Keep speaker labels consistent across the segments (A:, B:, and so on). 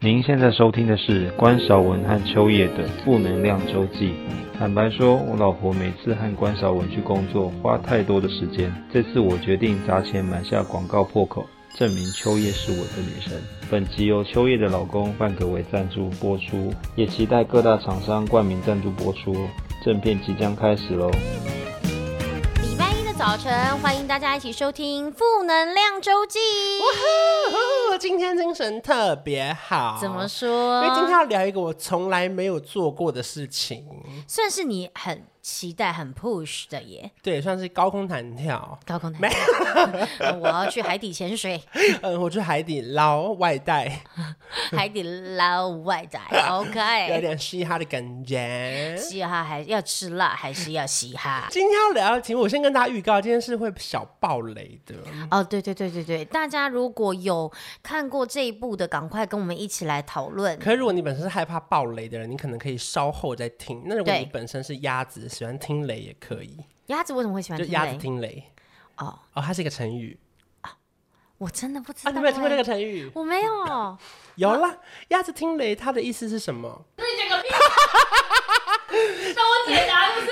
A: 您现在收听的是关少文和秋叶的《负能量周记》。坦白说，我老婆每次和关少文去工作花太多的时间，这次我决定砸钱买下广告破口，证明秋叶是我的女神。本集由秋叶的老公范可为赞助播出，也期待各大厂商冠名赞助播出哦。正片即将开始喽！
B: 礼拜一的早晨，欢迎大家一起收听《负能量周记》。
C: 我 今天精神特别好，
B: 怎么？说？
C: 因哎为今天要聊一个我从来没有做过的事情，
B: 算是你很期待、很 push 的耶，
C: 对，算是高空弹跳。
B: 高空弹跳。呃 我要去海底潜水，
C: 嗯，我去海底捞外带，
B: 海底捞外带。
C: 有
B: OK，
C: 点嘻哈的感觉。
B: 嘻哈还要吃辣，还是要嘻哈？
C: 今天要聊的题目，我先跟大家预告，今天是会小爆雷的。
B: 哦，对对对对对，大家如果有看过这一部的，赶快跟我们一起来讨论。
C: 可是如果你本身是害怕爆雷的人，你可能可以稍后再听。那如果
B: 对
C: 你本身是鸭子，喜欢听雷也可以，
B: 鸭子为什么会喜欢
C: 就
B: 听
C: 鸭子
B: 雷？
C: 听雷。
B: 哦，
C: 哦，它是一个成语
B: 我真的不知
C: 啊，
B: 道。
C: 你没有听过这个？成语？
B: 我没 有。
C: 有啦，鸭子听雷，它的意思是什么？
D: 帮我解答就是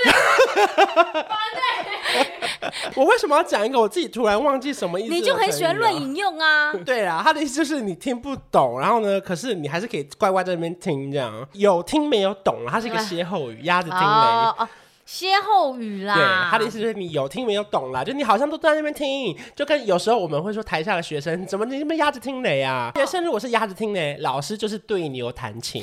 C: 我为什么要讲一个我自己突然忘记什么意思的成
B: 你
C: 语啊？
B: 就很喜欢乱引用啊。
C: 对啦，他的意思就是你听不懂，然后呢，可是你还是可以乖乖在那边听，这样有听没有懂啦，它是一个歇后语，鸭子听雷。
B: 哦啊哦，歇后语啦。
C: 对，他的意思就是你有听没有懂啦，就你好像都在那边听，就跟有时候我们会说台下的学生怎么你那边鸭子听雷啊？学生如果是鸭子听雷，老师就是对牛弹琴。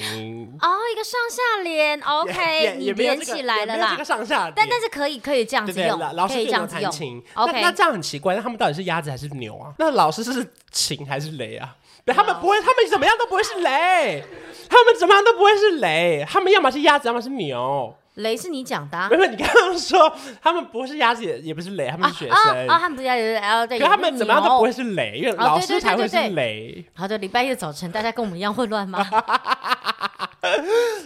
B: 哦，一个上下联
C: 也
B: ，OK，你
C: 也没有
B: 连
C: 这个
B: 起来了
C: 也没有这
B: 啦
C: 个。上下点，
B: 但啊但是可以可以这样
C: 对
B: 子
C: 对，
B: 用
C: 老老，师
B: 可以这
C: 对牛
B: 样子
C: 弹
B: 用
C: 琴。那那
B: ，OK。
C: 这样很奇怪，那他们到底是鸭子还是牛啊？那老师是琴还是雷啊？对他
B: 哦
C: 们不会，他们怎么样都不会是雷，他们怎么样都不会是雷，他们要么是鸭子，要么是牛。
B: 雷是你讲的 啊
C: 没有，你刚刚说他们不是鸭子，也也不是雷，他们
B: 啊
C: 是学
B: 啊
C: 生。
B: 啊，他们不要有哦，对，
C: 可他
B: 也
C: 们
B: 是
C: 怎么样都
B: 牛哦
C: 不会。是雷，因为老
B: 对对
C: 师
B: 对
C: 才会
B: 对
C: 是
B: 对
C: 雷。
B: 好的，礼拜一的早晨，大家跟我们一样混乱吗？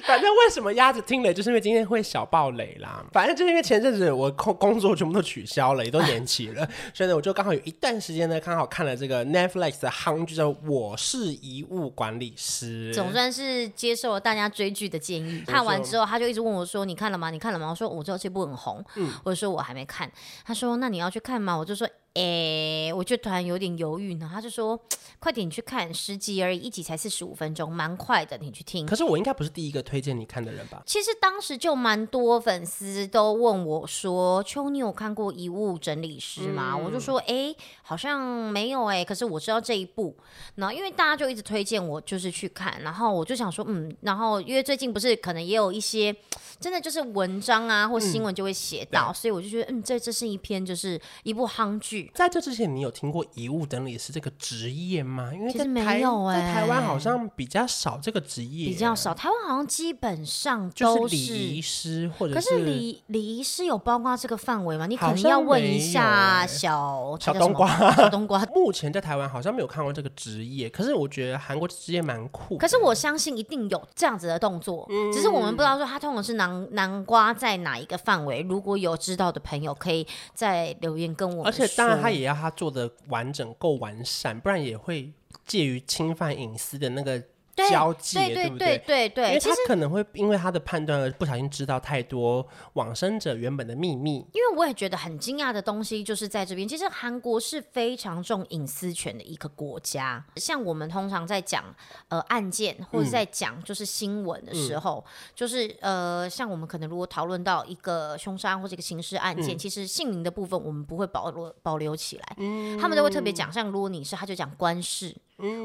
C: 反正为什么鸭子听雷，就是因为今天会小爆雷啦。反正就是因为前阵子我工工作全部都取消了，也都延期了， 所以呢，我就刚好有一段时间呢，刚好看了这个 Netflix 的夯剧叫《我是遗物管理师》。
B: 总算是接受了大家追剧的建议。看完之后，他就一直问我说：“你看了吗？你看了吗？”我说：“我知道这部很红。我就说：“我还没看。”他说：“那你要去看吗？”我就说：“诶、我就突然有点犹豫呢。”他就说：“快点你去看，十集而已，一集才四十五分钟，蛮快的，你去听。
C: 可”是我应该不是第一个推荐你看的人吧？
B: 其实当时就蛮多粉丝都问我说：“秋，你有看过《遗物整理师》吗？”我
C: 嗯
B: 就说：“诶，好像没有诶，可是我知道这一部。”然后因为大家就一直推荐我，就是去看，然后我就想说，嗯，然后因为最近不是可能也有一些真的就是文章啊或
C: 嗯
B: 新闻就会写到，所以我就觉得，嗯，这这是一篇就是一部夯剧。
C: 在这之前，你有听过遗物整理师这个职业吗？因为
B: 其
C: 在
B: 实没
C: 台
B: 有
C: 在台湾
B: 欸
C: 好像比较少这个职业，
B: 比较少，台湾好像基本上
C: 就
B: 都
C: 是礼仪
B: 是，
C: 师或者
B: 可是礼礼仪师有包括这个范围吗？你可
C: 好
B: 能
C: 像
B: 要问
C: 没
B: 一
C: 有
B: 下
C: 欸
B: 小它叫
C: 小
B: 什
C: 冬
B: 么
C: 瓜
B: 小 冬瓜。
C: 目前在台湾好像没有看过这个职业，可是我觉得韩国职业蛮酷的。
B: 可是我相信一定有这样子的动作，
C: 嗯
B: 只是我们不知道说它通常是南南瓜在哪一个范围。如果有知道的朋友，可以在留言跟我们
C: 而且当然，他
B: 说
C: 也要他做的完整、够完善，不然也会介于侵犯隐私的那个
B: 对
C: 交界，
B: 对对
C: 不
B: 对
C: 对？
B: 对
C: 因
B: 对，
C: 为
B: 其
C: 他
B: 实。
C: 可能会因为他的判断而不小心知道太多往生者原本的秘密。
B: 因为我也觉得很惊讶的东西，就是在这边，其实韩国是非常重隐私权的一个国家。像我们通常在讲呃案件或
C: 嗯
B: 者在讲就是新闻的时候，就是呃像我们可能如果讨论到一个凶杀案或者一个刑事案
C: 嗯
B: 件，其实姓名的部分我们不会保留保留起来，
C: 嗯
B: 他们都会特别讲。像如果你是，他就讲官事；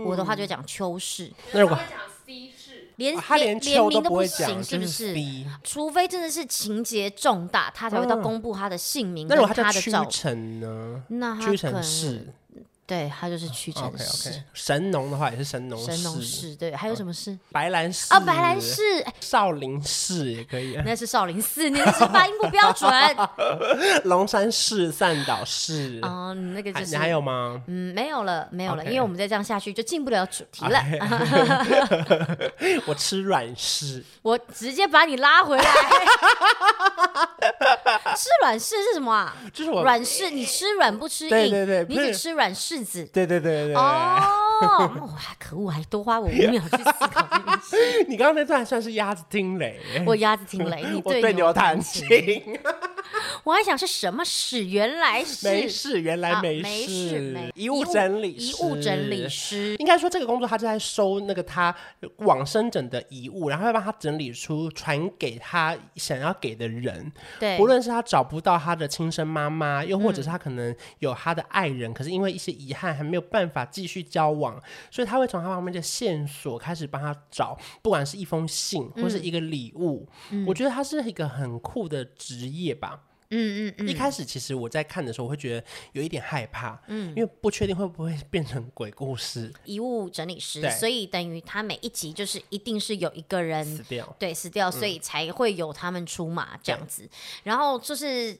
B: 我的话就讲邱氏，
C: 那如果
D: 他会讲 C 市，
B: 啊连、
C: 啊他连
B: 连
C: 秋
B: 名
C: 都
B: 都
C: 不会
B: 行，
C: 讲，
B: 是
C: 就
B: 不
C: C。
B: 除非真的是情节重大，他才会到
C: 嗯
B: 公布他的姓名
C: 那
B: 跟
C: 如果他
B: 他
C: 叫
B: 的
C: 屈
B: 照片。
C: 臣呢？
B: 那他
C: 屈
B: 可
C: 臣
B: 能
C: 氏
B: 对他就是屈臣
C: ，OK
B: 氏、
C: OK。神农的话也是哦神农
B: 神农
C: 氏，
B: 氏，对，还有什么氏？
C: 白兰氏
B: 啊，白兰、氏，哎
C: 少林寺也可以啊，
B: 那是少林寺，你那是发音不标 准。
C: 龙山寺、善导寺。
B: 哦，你那个
C: 还
B: 就
C: 你
B: 是
C: 还有吗？
B: 嗯，没有了，没有了
C: OK
B: 因为我们再这样下去就进不了主题了。
C: 我吃软柿，
B: 我直接把你拉回来。吃软柿是什么啊？
C: 就是我
B: 软柿，你吃软不吃硬，
C: 对对对
B: 你
C: 不是
B: 只吃软柿子。
C: 对对对对对
B: 哦，哦，我还可恶，还多花我五秒去思考这件 事。
C: 你刚刚那段算是鸭子听雷，
B: 我鸭子听雷，你
C: 我
B: 对
C: 牛弹
B: 弹琴，
C: 琴，
B: 我还想是什么屎，原来是
C: 没事，原来
B: 啊
C: 没
B: 没没
C: 遗物整理
B: 遗物整理
C: 师。
B: 师。
C: 应该说，这个工作他就在收那个他往生者的遗物，然后要帮他整理出传给他想要给的人。
B: 对，嗯
C: 不论是他找不到他的亲生妈妈，又或者是他可能有他的爱人，可是因为一些遗憾还没有办法继续交往，所以他会从他旁边的线索开始帮他找，不管是一封信或
B: 嗯
C: 是一个礼物。我觉得他是一个很酷的职业吧。
B: 嗯嗯嗯，
C: 一开始其实我在看的时候，我会觉得有一点害怕，嗯，因为不确定会不会变成鬼故事
B: 遗物整理师
C: 对，
B: 所以等于他每一集就是一定是有一个人
C: 死掉。
B: 对，死掉，所以才会有他们出马这样子。然后就是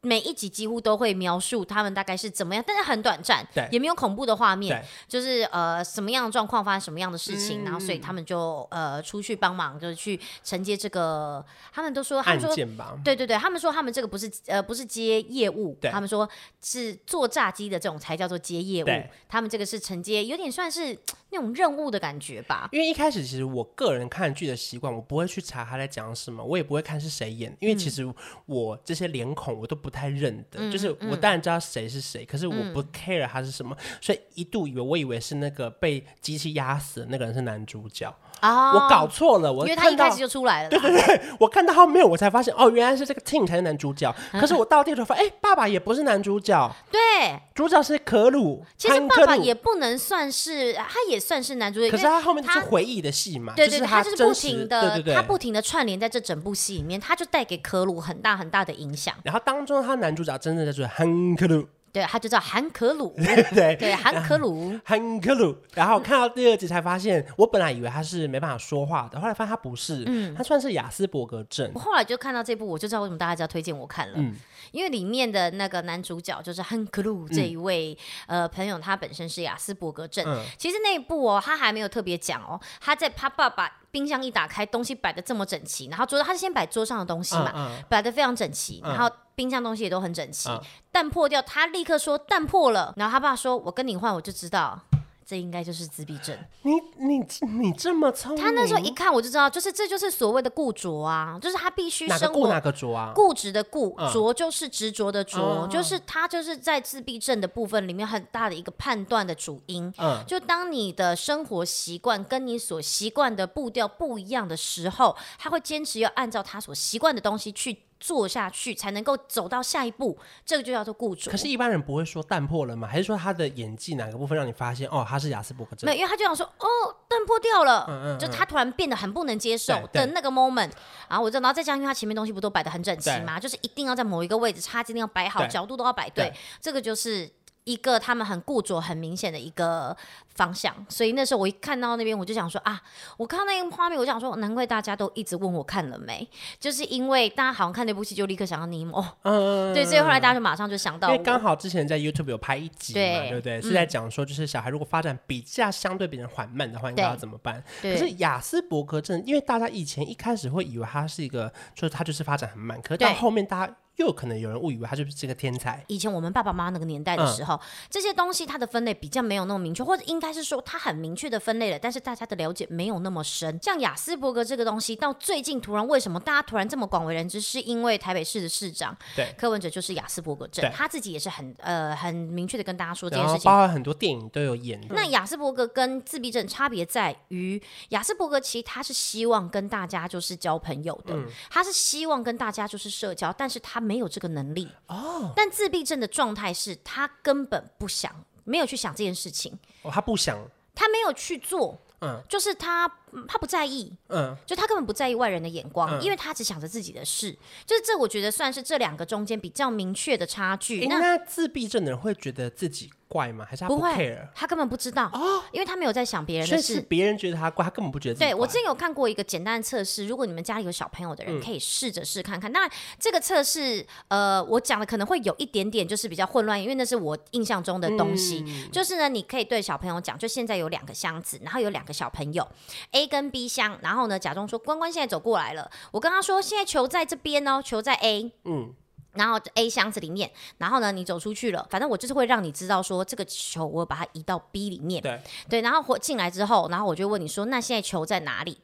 B: 每一集几乎都会描述他们大概是怎么样，但是很短暂
C: 对，
B: 也没有恐怖的画
C: 对
B: 面，，就是呃什么样的状况发生什么样的事情，然后
C: 嗯
B: 所以他们就呃出去帮忙，就是去承接这个。他们都说，他
C: 案
B: 们说。
C: 件吧，
B: 对对对，他们说他们这个不是呃不是接业务，
C: 对
B: 他们说是做炸鸡的这种才叫做接业
C: 对
B: 务，他们这个是承接，有点算是那种任务的感觉吧。
C: 因为一开始其实我个人看剧的习惯，我不会去查他在讲什么，我也不会看是谁演，因为
B: 嗯
C: 其实我这些脸孔我都不太认得，就是
B: 嗯
C: 我当然知道谁是谁，可是我不 care 他是什么，所以一度以为我以为是那个被机器压死的那个人是男主角，
B: 啊，
C: 哦我搞错了，我
B: 因为他
C: 看
B: 一
C: 到
B: 开始就出来了啦，
C: 我看到后面我才发现，哦，原来是这个 Tim 才是男主角，
B: 嗯
C: 可是我到地头发现，哎、爸爸也不是男主角，
B: 对，
C: 主角是可鲁，
B: 其实
C: 汉克
B: 爸爸
C: 鲁
B: 也不能算是，他也算是男主角，
C: 可是
B: 因为
C: 他后面就是
B: 他
C: 回忆的戏嘛，
B: 对
C: 就
B: 对
C: 是
B: 对，
C: 他
B: 就是
C: 真
B: 不
C: 实
B: 停的，
C: 对对对，
B: 他不停的串联在这整部戏里面，他就带给科鲁很大很大的影响。
C: 然后当中他男主角真正就是汉克鲁，
B: 对，他就叫韩可鲁，
C: 对
B: 对，韩可鲁，
C: 汉克鲁。然后看到第二集才发现，我本来以为他是没办法说话的，后来发现他不是，
B: 嗯
C: 他算是雅斯伯格症
B: 我。后来就看到这部，我就知道为什么大家要推荐我看了，
C: 嗯
B: 因为里面的那个男主角就是汉克鲁这一位、呃朋友，他本身是雅斯伯格症。
C: 嗯
B: 其实那一部哦，他还没有特别讲哦，他在他爸爸冰箱一打开，东西摆的这么整齐，然后桌他是先摆桌上的东西嘛，
C: 嗯嗯
B: 摆的非常整齐，
C: 嗯
B: 然后。冰箱东西也都很整齐，
C: 嗯
B: 蛋破掉，他立刻说蛋破了，然后他爸说：“我跟你换，我就知道，这应该就是自闭症。”
C: 你你你这么聪明，
B: 他那时候一看我就知道，就是这就是所谓的固着啊，就是他必须
C: 哪个
B: 生
C: 顾
B: 活
C: 哪个拙啊？
B: 固执的固
C: 嗯，
B: 着就是执着的着，
C: 哦
B: 就是他就是在自闭症的部分里面很大的一个判断的主因。
C: 嗯，
B: 就当你的生活习惯跟你所习惯的步调不一样的时候，他会坚持要按照他所习惯的东西去做下去，才能够走到下一步。这个就叫做固着。
C: 可是，一般人不会说淡破了吗？还是说他的演技哪个部分让你发现哦，他是雅斯伯格症
B: 没有，？因为他就想说，哦，灯破掉了，
C: 嗯嗯
B: 就他突然变得很不能接受
C: 对对
B: 的那个 moment，然后我就，然后再加上，因为他前面东西不都摆的很整齐嘛，就是一定要在某一个位置，叉子一定要摆好，
C: 对
B: 角度都要摆对
C: 对，
B: 这个就是。一个他们很固着、很明显的一个方向，所以那时候我一看到那边，我就想说啊，我看到那个画面，我就想说，哦难怪大家都一直问我看了没，就是因为大家好像看那部戏就立刻想到尼莫，哦
C: 嗯，
B: 对，所以后来大家就马上就想到
C: 因
B: 我，
C: 为刚好之前在 YouTube 有拍一集嘛，对
B: 对
C: 不对？
B: 嗯
C: 是在讲说，就是小孩如果发展比较相对比人缓慢的话，应该要怎么办？可
B: 对
C: 是雅斯伯格症，因为大家以前一开始会以为他是一个，就是他就是发展很慢，可是到
B: 对
C: 后面大家又可能有人误以为他就是这个天才。
B: 以前我们爸爸妈妈那个年代的
C: 嗯
B: 时候，这些东西它的分类比较没有那么明确，或者应该是说它很明确的分类了，但是大家的了解没有那么深。像雅斯伯格这个东西，到最近突然为什么大家突然这么广为人知，是因为台北市的市长
C: 对。
B: 柯文哲就是雅斯伯格症
C: 对，
B: 他自己也是很呃很明确的跟大家说这
C: 然
B: 件
C: 后
B: 事情
C: 包。含很多电影都有演，
B: 那雅斯伯格跟自闭症差别在于，雅斯伯格其实他是希望跟大家就是交朋友的，
C: 嗯
B: 他是希望跟大家就是社交，但是他没有这个能力。哦，但自闭症的状态是他根本不想，没有去想这件事情，
C: 哦，他不想，
B: 他没有去做，
C: 嗯
B: 就是他嗯他不在意，
C: 嗯，
B: 就他根本不在意外人的眼光，
C: 嗯
B: 因为他只想着自己的事。就是这，我觉得算是这两个中间比较明确的差距。
C: 诶
B: 那
C: 那自闭症的人会觉得自己怪吗？还是他
B: 不会
C: care？，哦
B: 他根本不知道，因为他没有在想别人
C: 所
B: 的
C: 以
B: 事
C: 是。别人觉得他怪，他根本不觉得自己怪。
B: 对我之前有看过一个简单的测试，如果你们家里有小朋友的人，可以试着试看看。当然，这个测试，呃，我讲的可能会有一点点就是比较混乱，因为那是我印象中的东西。就是呢，你可以对小朋友讲，就现在有两个箱子，然后有两个小朋友 A 跟 B 箱，然后呢，假装说关关现在走过来了，我跟他说现在球在这边哦，球在 A，
C: 嗯，
B: 然后 A 箱子里面，然后呢，你走出去了，反正我就是会让你知道说这个球我把它移到 B 里面，
C: 对
B: 对，然后回进来之后，然后我就问你说，那现在球在哪里？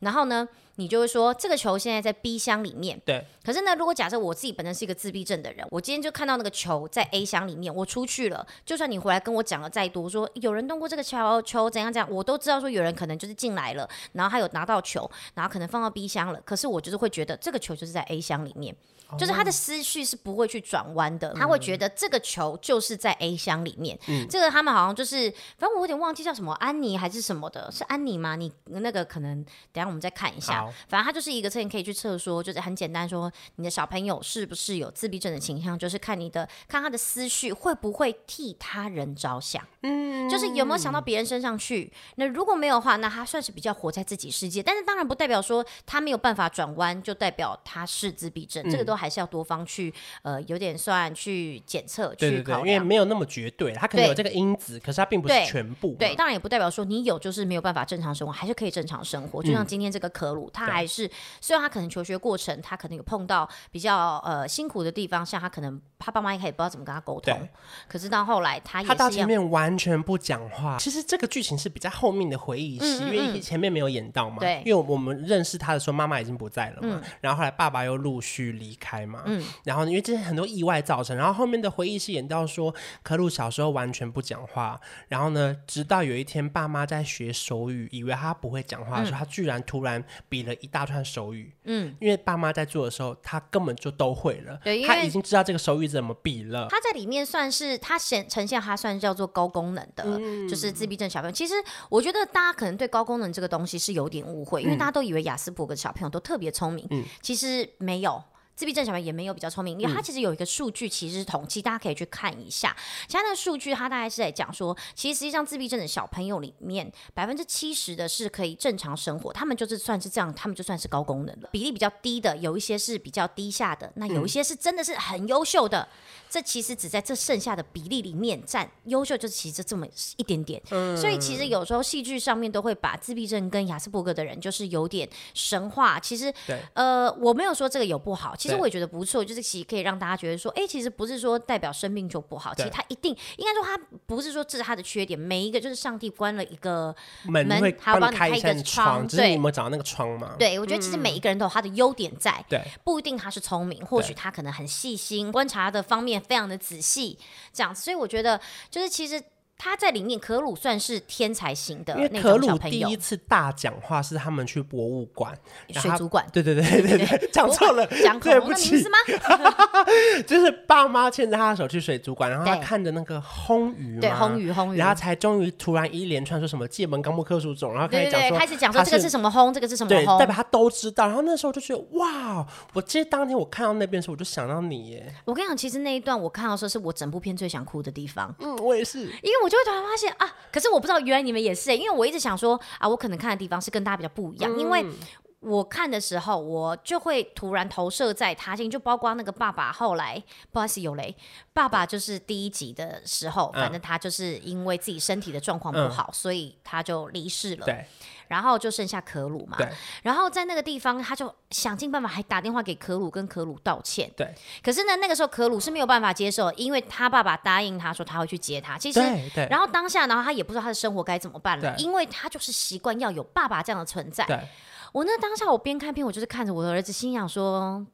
B: 然后呢，你就会说这个球现在在 B 箱里面。
C: 对，
B: 可是呢，如果假设我自己本身是一个自闭症的人，我今天就看到那个球在 A 箱里面，我出去了，就算你回来跟我讲了再多，说有人动过这个球，球怎样怎样，我都知道说有人可能就是进来了，然后他有拿到球，然后可能放到 B 箱了，可是我就是会觉得这个球就是在 A 箱里面，就是他的思绪是不会去转弯的，他会觉得这个球就是在 A 箱里面。这个他们好像就是，反正我有点忘记叫什么安妮还是什么的，是安妮吗？你那个可能等一下我们再看一下
C: 好。
B: 反正它就是一个测验，可以去测说，就是很简单说你的小朋友是不是有自闭症的倾向，就是看你的看他的思绪会不会替他人着想，嗯，就是有没有想到别人身上去。那如果没有的话，那他算是比较活在自己世界，但是当然不代表说他没有办法转弯，就代表他是自闭症，
C: 嗯
B: 这个都还是要多方去呃有点算去检测
C: 对
B: 去
C: 对对
B: 考，
C: 因为
B: 量。
C: 没有那么绝对，它可能
B: 对
C: 有这个因子，可是它并不是
B: 对
C: 全部嘛。
B: 对，当然也不代表说你有就是没有办法正常生活，还是可以正常生活。就
C: 嗯
B: 像今天这个可鲁，他还是虽然他可能求学过程，他可能有碰到比较呃辛苦的地方，像他可能他爸妈一开始不知道怎么跟他沟
C: 对
B: 通，可是到后来他也
C: 他到
B: 是
C: 前
B: 要。
C: 面完全不讲话。其实这个剧情是比较后面的回忆戏，
B: 嗯嗯
C: 因为
B: 嗯
C: 前面没有演到嘛。
B: 对嗯
C: 因为我们认识他的时候，妈妈已经不在了嘛。然后后来爸爸又陆续离开嘛。嗯。然后因为这些很多意外造成，然后后面的回忆戏演到说，可鲁小时候完全不讲话，然后呢，直到有一天爸妈在学手语，以为他不会讲话的
B: 嗯
C: 时候，他居然突然比了一大串手语。嗯。因为爸妈在做的时候，他根本就都会了。
B: 对因为
C: 他已经知道这个手语怎么比了。
B: 他在里面算是他显呈现，他算是叫做高功能的，就是自闭症小朋友。其实我觉得大家可能对高功能这个东西是有点误会，因为大家都以为雅斯伯格小朋友都特别聪明，其实没有。自闭症小朋友也没有比较聪明，因为他其实有一个数据，其实是统计，大家可以去看一下。其实他那个数据，他大概是在讲说，其实实际上自闭症的小朋友里面，百分之七十的是可以正常生活，他们就是算是这样，他们就算是高功能了。比例比较低的，有一些是比较低下的，那有一些是真的是很优秀的，这其实只在这剩下的比例里面占优秀，就是其实这么一点点。
C: 嗯
B: 所以其实有时候戏剧上面都会把自闭症跟雅斯伯格的人就是有点神话。其实
C: 对，
B: 呃，我没有说这个有不好，其实
C: 对
B: 我也觉得不错，就是其实可以让大家觉得说，哎，其实不是说代表生病就不好，其
C: 对
B: 实他一定应该说他不是说这是他的缺点，每一个就是上帝关了一个。
C: 门
B: 门
C: 会
B: 还要
C: 帮
B: 帮
C: 你
B: 你
C: 开
B: 开
C: 一
B: 一
C: 扇
B: 个
C: 窗，
B: 窗
C: 只是你
B: 对
C: 有没有找到那个窗嘛？
B: 对，我觉得其实每一个人都有他的优点在。
C: 嗯对
B: 不一定他是聪明，或许他可能很细心，观察的方面非常的仔细，这样子。所以我觉得，就是其实他在里面，可鲁算是天才型的
C: 因为
B: 呃那
C: 可
B: 种小
C: 鲁
B: 朋
C: 第
B: 友
C: 一，次大讲话是他们去博物馆，然后
B: 水
C: 他
B: 族馆。
C: 对对对对
B: 对
C: 对，讲错了，
B: 讲恐
C: 对
B: 龙
C: 不
B: 的名
C: 起
B: 字，吗？
C: 就是爸妈牵着他的手去水族馆，然后他
B: 对
C: 看着那个轰鱼嘛，
B: 对，红鱼，红鱼。
C: 然后才终于突然一连串说什么界门纲目科属种，然后开
B: 对对
C: 始讲
B: 对，
C: 说
B: 开始讲说
C: 他
B: 这个是什么轰，这个是什么
C: 对，
B: 轰
C: 代。表他都知道。然后那时候就觉得哇，我其实当天我看到那边的时候，我就想到你耶，
B: 我跟你讲，其实那一段我看到的时候，是我整部片最想哭的地方。
C: 嗯，我也是，
B: 因为我就会突然发现啊，可是我不知道原来你们也是欸、因为我一直想说啊，我可能看的地方是跟大家比较不一样，
C: 嗯
B: 因为。我看的时候，我就会突然投射在他心，就包括那个爸爸后来，不好意思有雷，爸爸就是第一集的时候，
C: 嗯
B: 反正他就是因为自己身体的状况不好，所以他就离世了。
C: 对
B: 然后就剩下可鲁嘛
C: 对。
B: 然后在那个地方，他就想尽办法还打电话给可鲁，跟可鲁道歉。
C: 对
B: 可是呢，那个时候可鲁是没有办法接受，因为他爸爸答应他说他会去接他。其实
C: 对对，
B: 然后当下，然后他也不知道他的生活该怎么办了，
C: 对
B: 因为他就是习惯要有爸爸这样的存在。
C: 对。
B: 我那当下，我边看片，我就是看着我的儿子，心想说。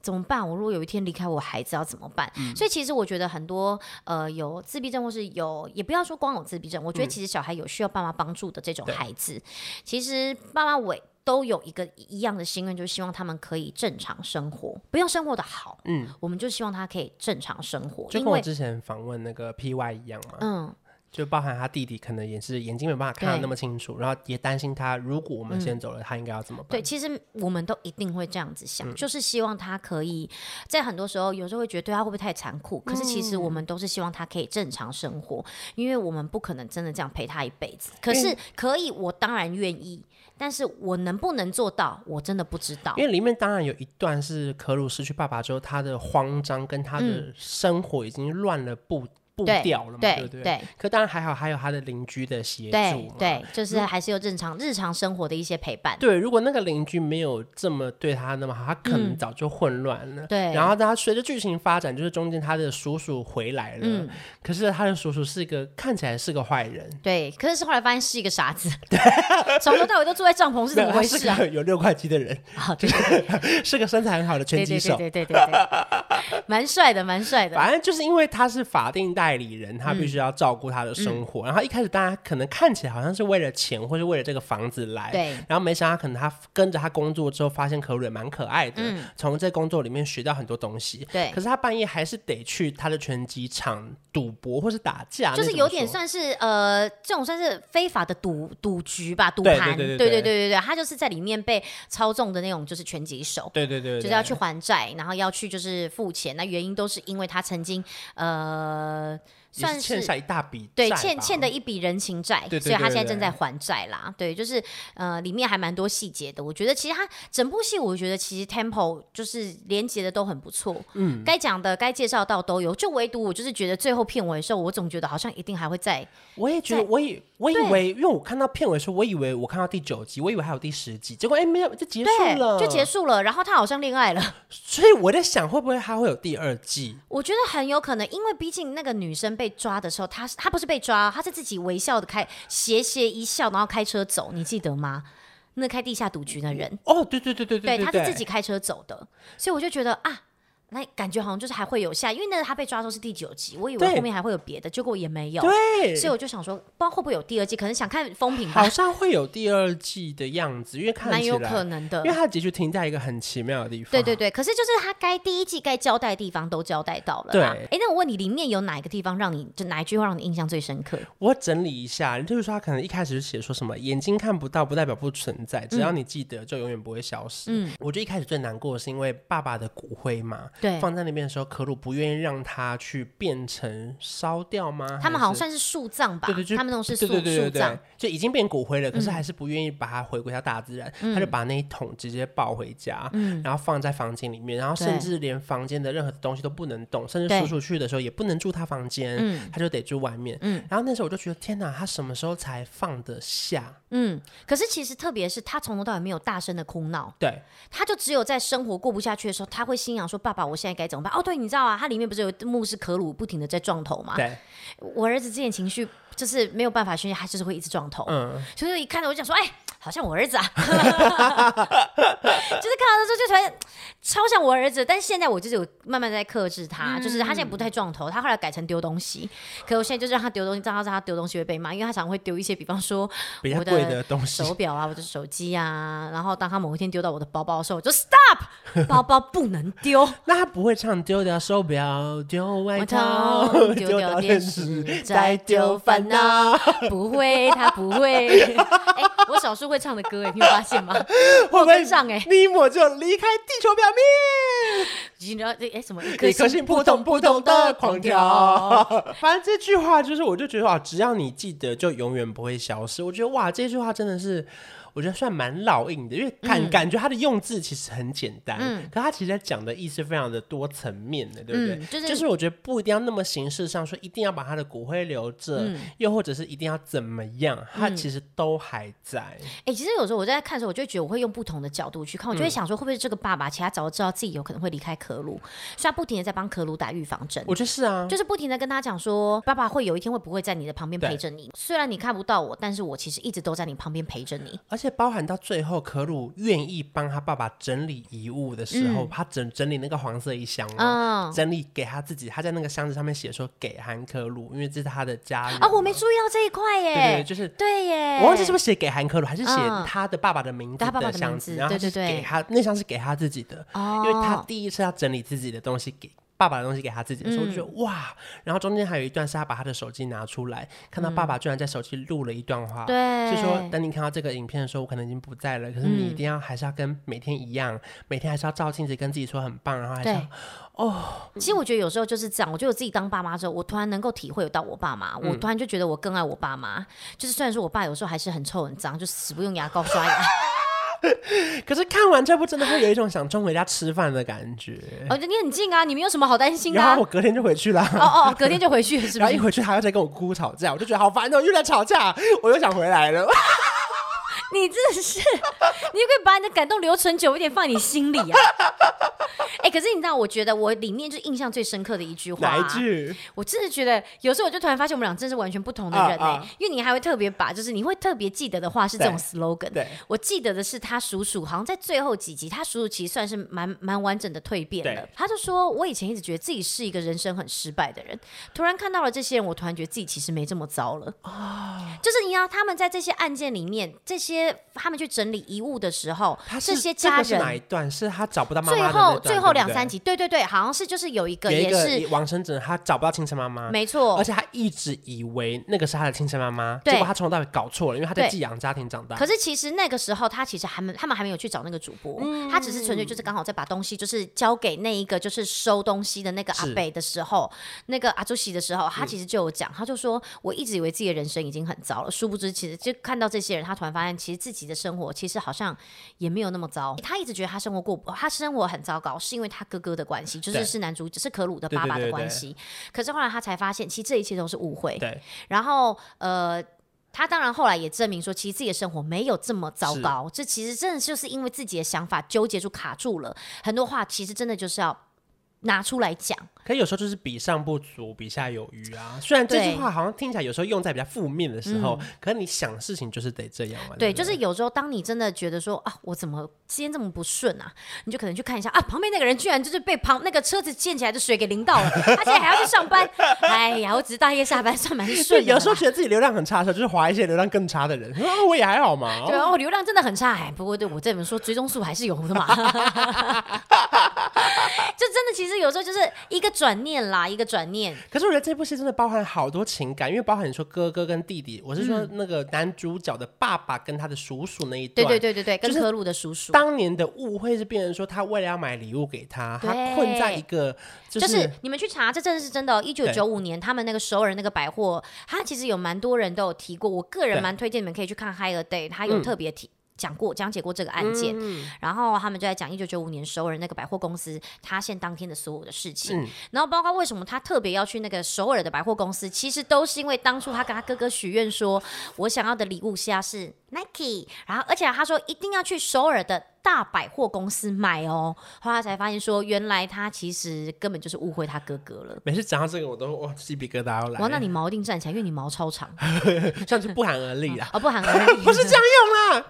B: 怎么办？我如果有一天离开我孩子，要怎么办？
C: 嗯
B: 所以其实我觉得很多呃有自闭症或是有也不要说光有自闭症，我觉得其实小孩有需要爸妈帮助的这种
C: 嗯对
B: 孩子，其实爸妈我都有一个一样的心愿，就是希望他们可以正常生活，不用生活的好，
C: 嗯，
B: 我们就希望他可以正常生活，
C: 就
B: 因
C: 跟我
B: 为
C: 之前访问那个 PY 一样嘛，
B: 嗯
C: 就包含他弟弟可能也是眼睛没有办法看得
B: 对嗯
C: 那么清楚，然后也担心他如果我们先走了，他应该要怎么办？
B: 对，其实我们都一定会这样子
C: 嗯
B: 想，就是希望他可以在很多时候，有时候会觉得对他会不会太残酷，可是其实
C: 嗯
B: 我们都是希望他可以正常生活，因为我们不可能真的这样陪他一辈子。可是可以，我当然愿意，但是我能不能做到，我真的不知道
C: 因。为里面当然有一段是可鲁失去爸爸之后，他的慌张跟他的生活已经乱了步。步
B: 嗯对
C: 调了嘛，
B: 对
C: 不对？
B: 对
C: 可当然还好，还有他的邻居的协助
B: 对
C: 嘛。
B: 对，就是还是有正常日常生活的一些陪伴。
C: 对，如果那个邻居没有这么对他那么好，他可能早就混乱了。
B: 嗯对
C: 然后他随着剧情发展，就是中间他的叔叔回来了，
B: 嗯
C: 可是他的叔叔是一个看起来是个坏人，
B: 对，可是后来发现是一个傻 子，从头到尾都住在帐篷，是
C: 没
B: 怎
C: 有
B: 么
C: 他
B: 回
C: 是
B: 事啊？
C: 个有六块肌的人，
B: 啊，对对
C: 是个身材很好的拳
B: 对
C: 击
B: 对
C: 手。
B: 对对对对， 蛮帅的，蛮帅的。
C: 反正就是因为他是法定代理人，他必须要照顾他的生活。
B: 嗯
C: 然后一开始大家可能看起来好像是为了钱或是为了这个房子来，
B: 对
C: 然后没想到可能他跟着他工作之后，发现可瑞蛮可爱的，从这工作里面学到很多东西。
B: 嗯对
C: 可是他半夜还是得去他的拳击场赌博或是打架，
B: 就是
C: 那怎么
B: 有点
C: 说。
B: 算是呃，这种算是非法的赌赌局吧，赌
C: 对
B: 盘，
C: 对对对
B: 对
C: 对
B: 对对对他就是在里面被操纵的那种，就是拳击手，
C: 对对对对
B: 就是要去还债，然后要去就是付钱，那原因都是因为他曾经呃，
C: 也
B: 算
C: 是欠
B: 是
C: 下一大笔
B: 对
C: 债
B: 欠
C: 吧
B: 欠的一笔人情债，
C: 对对
B: 所以他现
C: 对
B: 在
C: 对
B: 正在还债啦。对，就是呃，里面还蛮多细节的。我觉得其实他整部戏，我觉得其实 tempo 就是连接的都很不错，嗯，该讲的、该介绍到都有，就唯独我就是觉得最后片尾的时候，我总觉得好像一定还会再
C: 我也觉得，
B: 在
C: 我以我以
B: 对
C: 为，因为我看到片尾的时候，我以为我看到第九集，我以为还有第十集，结果哎、没有，就结束
B: 对
C: 了，
B: 就结。束了。然后他好像恋爱了，
C: 所以我在想，会不会还会有第二季？
B: 我觉得很有可能，因为毕竟那个女生被抓的时候，她是她不是被抓，她是自己微笑的开斜斜一笑，然后开车走，你记得吗？那开地下赌局的人，
C: 哦，对对对对对
B: 对，
C: 对，
B: 她是自己开车走的，所以我就觉得啊。那感觉好像就是还会有下，因为那个她被抓的时候是第九集，我以为
C: 对
B: 后面还会有别的，结果也没有，
C: 对，
B: 所以我就想说，不知道会不会有第二季，可能想看风评吧
C: 好，像会有第二季的样子，因为看
B: 蛮
C: 起
B: 有
C: 来
B: 可能的
C: 因为。它的结局停在一个很奇妙的地方。
B: 对对对，可是就是他该第一季该交代的地方都交代到了啦。
C: 对
B: 哎，那我问你，里面有哪一个地方让你就哪一句话让你印象最深刻？
C: 我整理一下，就是说他可能一开始就写说什么眼睛看不到不代表不存在，只
B: 嗯
C: 要你记得就永远不会消失。嗯，我觉得一开始最难过的是因为爸爸的骨灰嘛，
B: 对
C: 放在那边的时候，可鲁不愿意让他去变成烧掉吗？
B: 他们好像
C: 还是。
B: 算是树葬吧，
C: 对对，就
B: 他们那种是
C: 对
B: 树
C: 对对对
B: 树
C: 对
B: 葬，，
C: 就已经变骨灰了，
B: 嗯
C: 可是还是不愿意把它回归到大自然，他就把那一桶直接抱回家，
B: 嗯
C: 然后放在房间里面，然后甚
B: 对
C: 至连房间的任何东西都不能动，甚至
B: 对嗯
C: 叔叔去的时候也不能住他房间，他就得住外面。然后那时候我就觉得天哪，他什么时候才放得下？
B: 嗯。可是其实特别是他从头到尾没有大声的哭闹，
C: 对
B: 他就只有在生活过不下去的时候，他会心想说：“爸爸，我现在该怎么办？”哦，对，你知道啊，他里面不是有一幕是可鲁不停的在撞头吗？
C: 对，
B: 我儿子之前情绪就是没有办法宣泄，他就是会一直撞头，
C: 嗯，
B: 所以一看到我就想说：“哎。”好像我儿子啊， 就是看到他之后就突然超像我儿子，但现在我就是有慢慢在克制
C: 嗯
B: 他，就是他现在不太撞头，他后来改成丢东西，可我现在就是让他丢东西，让他让他丢东西会被骂，因为他常常会丢一些，比方说
C: 比较
B: 我
C: 贵的东西
B: 手表啊，我的手机啊，然后当他某一天丢到我的包包的时候，我就 stop，包包不能丢。
C: 那他不会唱丢掉手表，丢外
B: 外
C: 套
B: 套，
C: 丢
B: 丢
C: 掉
B: 掉
C: 电
B: 电
C: 视
B: 视，，
C: 再
B: 再
C: 丢
B: 丢
C: 烦
B: 烦
C: 恼
B: 恼。不会，他不会。 哎、我少数会唱的歌，哎，你有发现吗？
C: 会不
B: 我
C: 会
B: 跟上哎
C: 尼莫就离开地球表面？
B: 你知道这哎什么？一
C: 一颗心扑通扑通的狂跳。反正这句话就是，我就觉得哇，只要你记得，就永远不会消失。我觉得哇，这句话真的是。我觉得算蛮老硬的，因为感、感觉他的用字其实很简单，可他其实在讲的意思非常的多层面的，对不对？
B: 嗯就是
C: 我觉得不一定要那么形式上说，一定要把他的骨灰留着，又或者是一定要怎么样，他其实都还在。
B: 哎、其实有时候我在看的时候，我就会觉得我会用不同的角度
C: 嗯
B: 去看，我就会想说，会不会这个爸爸其实他早就知道自己有可能会离开可鲁，所以他不停的在帮可鲁打预防针。
C: 我觉得是啊，
B: 就是不停的跟他讲说，爸爸会有一天会不会在你的旁边
C: 对
B: 陪着你？虽然你看不到我，但是我其实一直都在你旁边陪着你。
C: 而且包含到最后，可鲁愿意帮他爸爸整理遗物的时候，他整整理那个黄色一箱哦，
B: 嗯
C: 整理给他自己。他在那个箱子上面写说给韩可鲁，因为这是他的家人
B: 啊，我没注意到这一块耶。
C: 对对对，就是。
B: 对耶，
C: 我忘记是不是写给韩可鲁，还是写
B: 嗯
C: 他的爸爸的名字
B: 他爸爸的
C: 箱
B: 名
C: 子，
B: 字
C: 然后
B: 对对
C: 是给
B: 对
C: 他那箱是给他自己的，
B: 哦
C: 因为他第一次要整理自己的东西给。爸爸的东西给他自己的时候，我就觉得、
B: 嗯
C: 哇！然后中间还有一段是他把他的手机拿出来，看到爸爸居然在手机录了一段话，
B: 嗯对嗯
C: 是说等你看到这个影片的时候，我可能已经不在了，可是你一定要还是要跟每天一样，每天还是要照镜子跟自己说很棒，然后还是要
B: 对
C: 哦
B: 其实我觉得有时候就是这样，我觉得我自己当爸妈之后，我突然能够体会到我爸妈，
C: 嗯
B: 我突然就觉得我更爱我爸妈。就是虽然说我爸有时候还是很臭很脏，就死不用牙膏刷牙，
C: 可是看完这部真的会有一种想冲回家吃饭的感觉。
B: 哦，就你很近啊，你们有什么好担心的、
C: 然
B: 啊
C: 后我？隔天就回去了，
B: 哦哦，隔天就回去了是不
C: 然后一
B: 是？
C: 回去还要再跟我姑姑吵架，我就觉得好烦哦，又来吵架，我又想回来了。
B: 你真的是，你可不可以把你的感动留存久一点，放你心里啊。 哎、可是你知道，我觉得我里面就印象最深刻的一句话、
C: 哪一？句？
B: 我真的觉得有时候我就突然发现我们俩真是完全不同的
C: 啊
B: 人呢、欸
C: 啊
B: 因为你还会特别把，就是你会特别记得的话是这种
C: 对
B: slogan。
C: 对
B: 我记得的是他叔叔好像在最后几集，他叔叔其实算是蛮蛮完整的蜕变了
C: 对。
B: 他就说，我以前一直觉得自己是一个人生很失败的人，突然看到了这些人，我突然觉得自己其实没这么糟了。
C: 哦
B: 就是你知道，他们在这些案件里面，这些他们去整理遗物的时候，
C: 他
B: 这
C: 是
B: 些
C: 这
B: 家
C: 个是哪一
B: 人。
C: 段？是他找不到妈
B: 最
C: 妈的那
B: 后
C: 段
B: 最
C: 对
B: 后
C: 不
B: 两
C: 对
B: 三集，对对对，好像是就是有一个
C: 有一
B: 也
C: 个
B: 是
C: 王生者，他找不到亲生妈妈，
B: 没错
C: 而，且他一直以为那个是他的亲生妈妈，
B: 对
C: 结果他从头到尾搞错了，因为他在
B: 对
C: 寄养家庭长大。
B: 可是其实那个时候，他其实还没，他们还没有去找那个主播，
C: 嗯
B: 他只是纯粹就是刚好在把东西就是交给那一个就是收东西的那个阿
C: 是
B: 北的时候，那个阿朱喜的时候，他其实就有讲，他就说我一直以为自己的人生已经很糟了，殊不知其实就看到这些人，他突然发现其实自己的生活其实好像也没有那么糟。他一直觉得他生活过不，他生活很糟糕，是因为他哥哥的关系，就是
C: 对
B: 是男主是可鲁的
C: 对
B: 爸
C: 对
B: 爸
C: 对
B: 的
C: 对
B: 关
C: 对
B: 系。可是后来他才发现，其实这一切都是误会。
C: 对，
B: 然后呃，他当然后来也证明说，其实自己的生活没有这么糟糕。这其实真的就是因为自己的想法纠结住卡住了，很多话其实真的就是要拿出来讲。
C: 可有时候就是比上不足，比下有余啊。虽然这
B: 对嗯
C: 句话好像听起来有时候用在比较负面的时候，可是你想事情就是得这样嘛。
B: 对，
C: 对不
B: 就
C: 对，
B: 是有时候当你真的觉得说啊，我怎么今天这么不顺啊，你就可能去看一下啊，旁边那个人居然就是被旁那个车子溅起来的水给淋到了，他现在还要去上班。 哎呀，我只是大夜下班，算蛮
C: 对，
B: 顺的了啦。
C: 有时候觉得自己流量很差的时候，就是划一些流量更差 的人，啊我也还好嘛。
B: 对啊，我流量真的很差哎、不过对我这本说追踪数还是有的嘛。 就真的，其实有时候就是一个转念啦，一个转念。
C: 可是我觉得这部戏真的包含好多情感，因为包含你说哥哥跟弟弟，我是
B: 嗯
C: 说那个男主角的爸爸跟他的叔叔那一
B: 对
C: 段，
B: 对对对对，跟
C: 就是
B: 科鲁的叔叔，
C: 当年的误会是变成说他为了要买礼物给他，他
B: 对
C: 困在一个就、
B: 就是是你们去查，这真的是真的、哦。一九九五年，他们那个首尔那个百货，它其实有蛮多人都有提过。我个人
C: 对嗯
B: 蛮推荐你们可以去看《Higher Day》，他有特别提。讲过讲解过这个案件，然后他们就在讲一九九五年首尔那个百货公司塌陷当天的所有的事情，
C: 嗯
B: 然后包括为什么他特别要去那个首尔的百货公司，其实都是因为当初他跟他哥哥许愿说，我想要的礼物虾是 Nike，然后而且他说一定要去首尔的大百货公司买哦。后来才发现说，原来他其实根本就是误会他哥哥了。
C: 每次讲到这个我都哇鸡皮疙瘩要来
B: 哇，
C: 了，
B: 那你毛一定站起来，因为你毛超长，
C: 像是不寒而栗啊，
B: 哦，不含而
C: 不是这样用啦。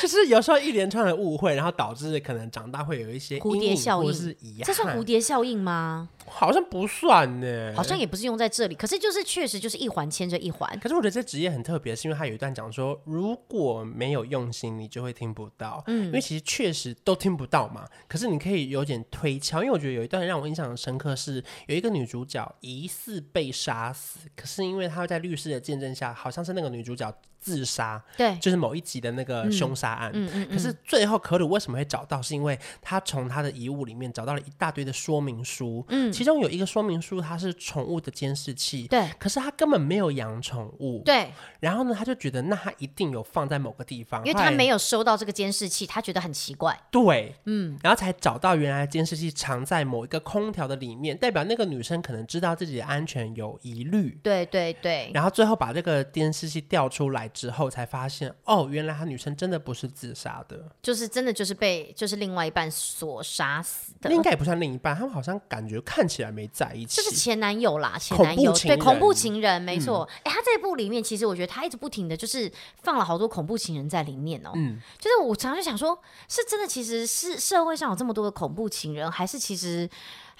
C: 就是有时候一连串的误会，然后导致可能长大会有一些
B: 蝴
C: 阴
B: 蝶
C: 影
B: 效
C: 或
B: 应
C: 是遗憾，
B: 这算蝴蝶效应吗？
C: 好像不算呢，
B: 好像也不是用在这里，可是就是确实就是一环牵着一环。
C: 可是我觉得这职业很特别，是因为他有一段讲说，如果没有用心，你就会听不到。嗯，因为其实确实都听不到嘛。可是你可以有点推敲，因为我觉得有一段让我印象很深刻是，有一个女主角疑似被杀死，可是因为她在律师的见证下，好像是那个女主角自杀，
B: 对，
C: 就是某一集的那
B: 嗯
C: 个凶杀案。可是最后可鲁为什么会找到？是因为他从他的遗物里面找到了一大堆的说明书，嗯，其中有一个说明书，它是宠物的监视器，
B: 对
C: 可是他根本没有养宠物，。
B: 对，
C: 然后呢，他就觉得那他一定有放在某个地方，
B: 因为他
C: 后来
B: 没有收到这个监视器，他觉得很奇怪。
C: 对，嗯，然后才找到原来监视器藏在某一个空调的里面，代表那个女生可能知道自己的安全有疑虑。
B: 对对对，
C: 然后最后把这个监视器调出来之后，才发现哦，原来她女生真的不是自杀的，
B: 就是真的就是被就是另外一半所杀死的
C: 那。应该也不算另一半，他们好像感觉看起来没在一起。
B: 就是前男友啦，前
C: 恐
B: 男
C: 怖
B: 友
C: 情
B: 对恐怖
C: 人嗯
B: 情人，没错。哎、他这部里面其实我觉得他一直不停的就是放了好多恐怖情人在里面哦、
C: 嗯
B: 就是我常常就想说，是真的其实是社会上有这么多的恐怖情人，还是其实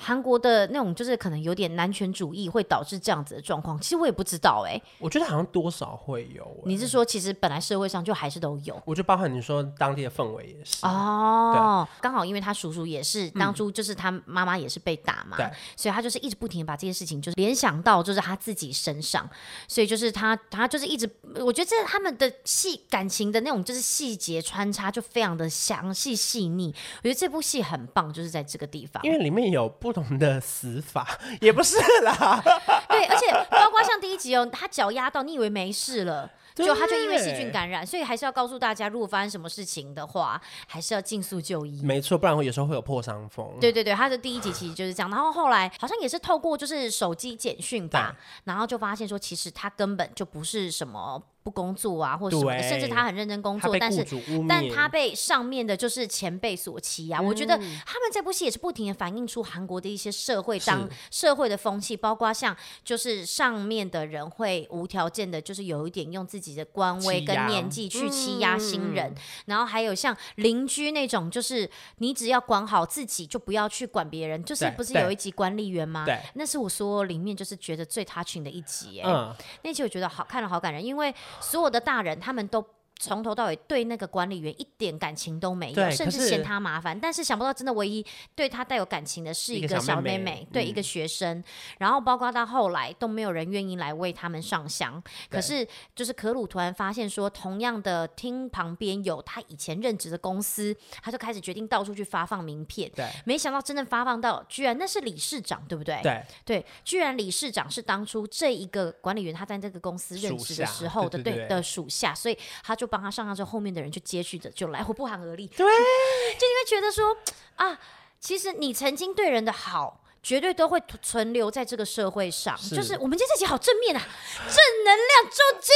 B: 韩国的那种就是可能有点男权主义会导致这样子的状况？其实我也不知道哎、
C: 我觉得好像多少会有、欸，
B: 你是说其实本来社会上就还是都有？
C: 我就包含你说当地的氛围也是，
B: 哦，刚好因为他叔叔也是当初就是他妈妈也是被打嘛，
C: 嗯对
B: 所以他就是一直不停地把这件事情就是联想到就是他自己身上，所以就是他他就是一直，我觉得这他们的细感情的那种就是细节穿插就非常的详细细腻，我觉得这部戏很棒，就是在这个地方，
C: 因为里面有不同的死法，也不是啦，
B: 对，而且包括像第一集哦，他脚压到，你以为没事了，
C: 对
B: 就他就因为细菌感染，所以还是要告诉大家，如果发生什么事情的话，还是要尽速就医。
C: 没错，不然会有时候会有破伤风。
B: 对对对，他的第一集其实就是这样，然后后来好像也是透过就是手机简讯吧，然后就发现说，其实他根本就不是什么不工作啊，或者什么的，
C: 对
B: 甚至他很认真工
C: 他
B: 作，
C: 被
B: 但
C: 雇
B: 是
C: 主污蔑，
B: 但他被上面的就是前辈所欺啊。我觉得他们这部戏也是不停的反映出韩国的一些社会当
C: 嗯是
B: 社会的风气，包括像就是上面的人会无条件的，就是有一点用自己的官威
C: 欺
B: 跟
C: 压嗯
B: 年纪去欺压新人，然后还有像邻居那种，就是你只要管好自己，就不要去管别人。就是
C: 对
B: 不是
C: 对
B: 有一集管理员吗？
C: 对
B: 那是我所有里面就是觉得最 touching 的一集、欸，
C: 嗯，
B: 那集我觉得好看了好感人，因为所有的大人他们都。从头到尾对那个管理员一点感情都没有，
C: 对
B: 甚
C: 可
B: 至
C: 是
B: 嫌他麻烦。但是想不到，真的唯一对他带有感情的是
C: 一
B: 一
C: 个
B: 个
C: 小
B: 小妹
C: 妹妹
B: 妹，对
C: 嗯
B: 一个学生。然后包括到后来都没有人愿意来为他们上香。可
C: 对
B: 是就是可鲁突然发现说，同样的厅旁边有他以前任职的公司，他就开始决定到处去发放名片。
C: 对
B: 没想到真正发放到，居然那是理事长，对不对？
C: 对，
B: 对，居然理事长是当初这一个管理员他在这个公司任
C: 属
B: 职的
C: 下
B: 时候的
C: 对
B: 对
C: 对对
B: 的属下，所以他就帮他上上之后，后面的人就接续着就来，我不寒而栗。
C: 对
B: 就你会觉得说啊，其实你曾经对人的好。绝对都会存存留在这个社会上，就是
C: 是
B: 我们今天这集好正面啊，正能量周记。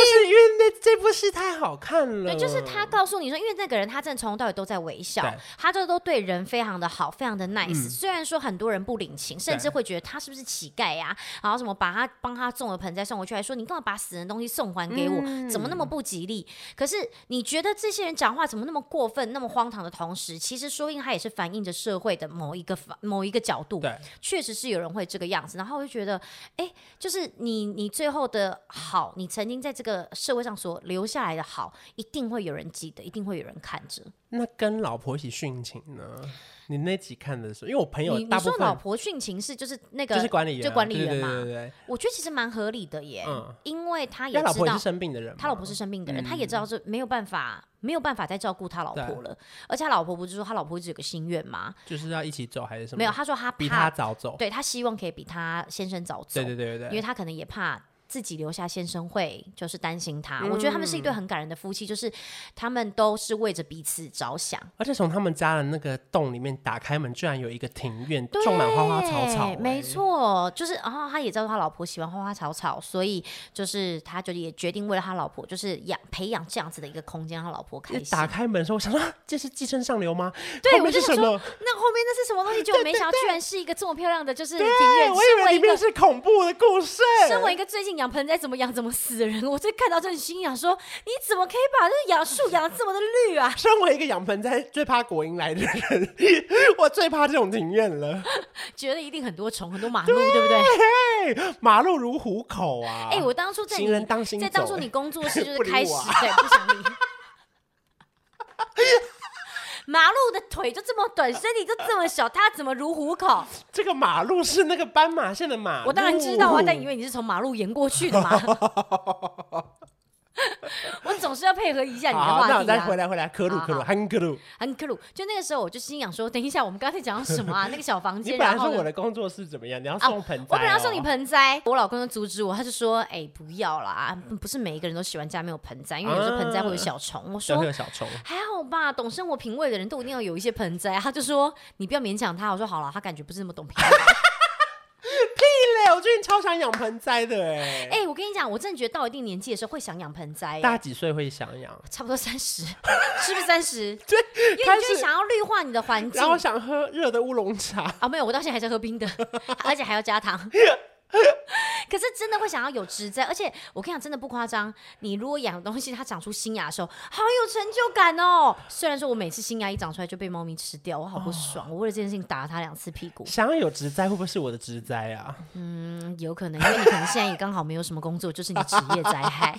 C: 不是因为那这部戏太好看了，
B: 对，就是他告诉你说，因为那个人他真的从头到尾都在微笑
C: 对，嗯
B: 他就都对人非常的好，非常的 nice、虽然说很多人不领情，甚至
C: 对
B: 会觉得他是不是乞丐呀、然后什么把他帮他送了盆栽送回去，还说你干嘛把死人的东西送还给我、
C: 嗯
B: 怎么那么不吉利？可是你觉得这些人讲话怎么那么过分、那么荒唐的同时，其实说不定他也是反映着社会的某一个方某一个角度。
C: 对
B: 确实是有人会这个样子，然后我就觉得，哎，就是你你最后的好，你曾经在这个社会上所留下来的好，一定会有人记得，一定会有人看着。
C: 那跟老婆一起殉情呢？你那集看的时候，因为我朋友
B: 你你
C: 大部
B: 说
C: 分
B: 老婆殉情是就是那个
C: 就是管理员啊，
B: 就管理员嘛
C: 对对对对
B: 我觉得其实蛮合理的耶，
C: 嗯
B: 因为他
C: 对，
B: 也
C: 因为老
B: 知
C: 婆也
B: 道
C: 是生病的人嘛，
B: 他老婆是生病的人，他也知道是没有办法没有办法再照顾他老婆
C: 对
B: 了，而且他老婆不是说他老婆一直有个心愿吗？
C: 就是要一起走还是什么？
B: 没有，，他说他怕
C: 比他早走。
B: 对他希望可以比他先生早走，
C: 对对对对
B: 因为
C: 对，
B: 他可能也怕自己留下先生会就是担心他。
C: 嗯
B: 我觉得他们是一对很感人的夫妻，就是他们都是为着彼此着想。
C: 而且从他们家的那个洞里面打开门，居然有一个庭院，种满花花草草、
B: 对没
C: 欸，
B: 错，就是然后、他也知道他老婆喜欢花花草草，所以就是他就也决定为了他老婆，就是养培养这样子的一个空间，让他老婆
C: 因
B: 开
C: 为
B: 心
C: 打。开门的时候，我想到啊这是寄生上流吗？
B: 对
C: 后面
B: 我就是
C: 什
B: 想说
C: 么？
B: 那后面那是什么东 西？结果没想到居然是一个这么漂亮的，就是嗯庭
C: 对，
B: 院。
C: 我以
B: 身
C: 为
B: 为一
C: 里面
B: 个
C: 是恐怖的故事。
B: 身为一个最近养盆栽怎么养怎么死的人，我最看到这心想说，你怎么可以把这养树养得这么的绿啊？
C: 身为一个养盆栽最怕国营来的人，我最怕这种庭院了。
B: 觉得一定很多虫，很多马路，对不 对？
C: 哎，马路如虎口啊！
B: 哎、我当初在
C: 行
B: 你
C: 人当心
B: 在
C: 走
B: 当初你工作室就
C: 不
B: 是
C: 理
B: 开始
C: 我啊
B: 对不想理。 马路的腿就这么短，身体就这么小，他怎么如虎口？
C: 这个马路是那个斑马线的马路，
B: 我当然知道啊，但以为你是从马路沿过去的嘛。 我总是要配合一下你的
C: 好，那
B: 话
C: 我
B: 题
C: 再回
B: 啊。
C: 来回来，科鲁
B: 好
C: 科鲁
B: 好
C: 汉科鲁，
B: 很克鲁，就那个时候我就心想说，等一下我们刚才讲到什么啊？那个小房
C: 你
B: 间，
C: 本
B: 然
C: 来说
B: 后呢
C: 我的工作室怎么样？你要
B: 啊
C: 送盆栽、哦
B: 我本来要送你盆栽，我老公就阻止我，他就说：“哎、不要啦，不是每一个人都喜欢家没有盆栽，因为有时候盆栽会有小虫。我
C: 小
B: 说
C: 会有小虫，
B: 还好吧，懂生活品味的人都一定要有一些盆栽。他就说：“你不要勉强他。”我说：“好了，他感觉不是那么懂 品味。
C: 对嘞，我最近超想养盆栽的哎、
B: 哎、我跟你讲，我真的觉得到一定年纪的时候会想养盆栽、
C: 大
B: 哎
C: 几岁会想养？
B: 差不多三十，是不是三 十？对，因为你就
C: 开
B: 会
C: 始
B: 想要绿化你的环境
C: 然。后想喝热的乌 龙茶，
B: 啊，没有，我到现在还在喝冰的， 而且还要加 糖。可是真的会想要有植栽，而且我跟你讲，真的不夸张，你如果养东西它长出新芽的时候，好有成就感哦。虽然说我每次新芽一长出来就被猫咪吃掉，我好不爽，
C: 哦
B: 我为了这件事情打了它两次屁股。
C: 想要有植栽会不会是我的植栽啊？
B: 嗯，有可能，因为你可能现在也刚好没有什么工作，就是你职业灾 害，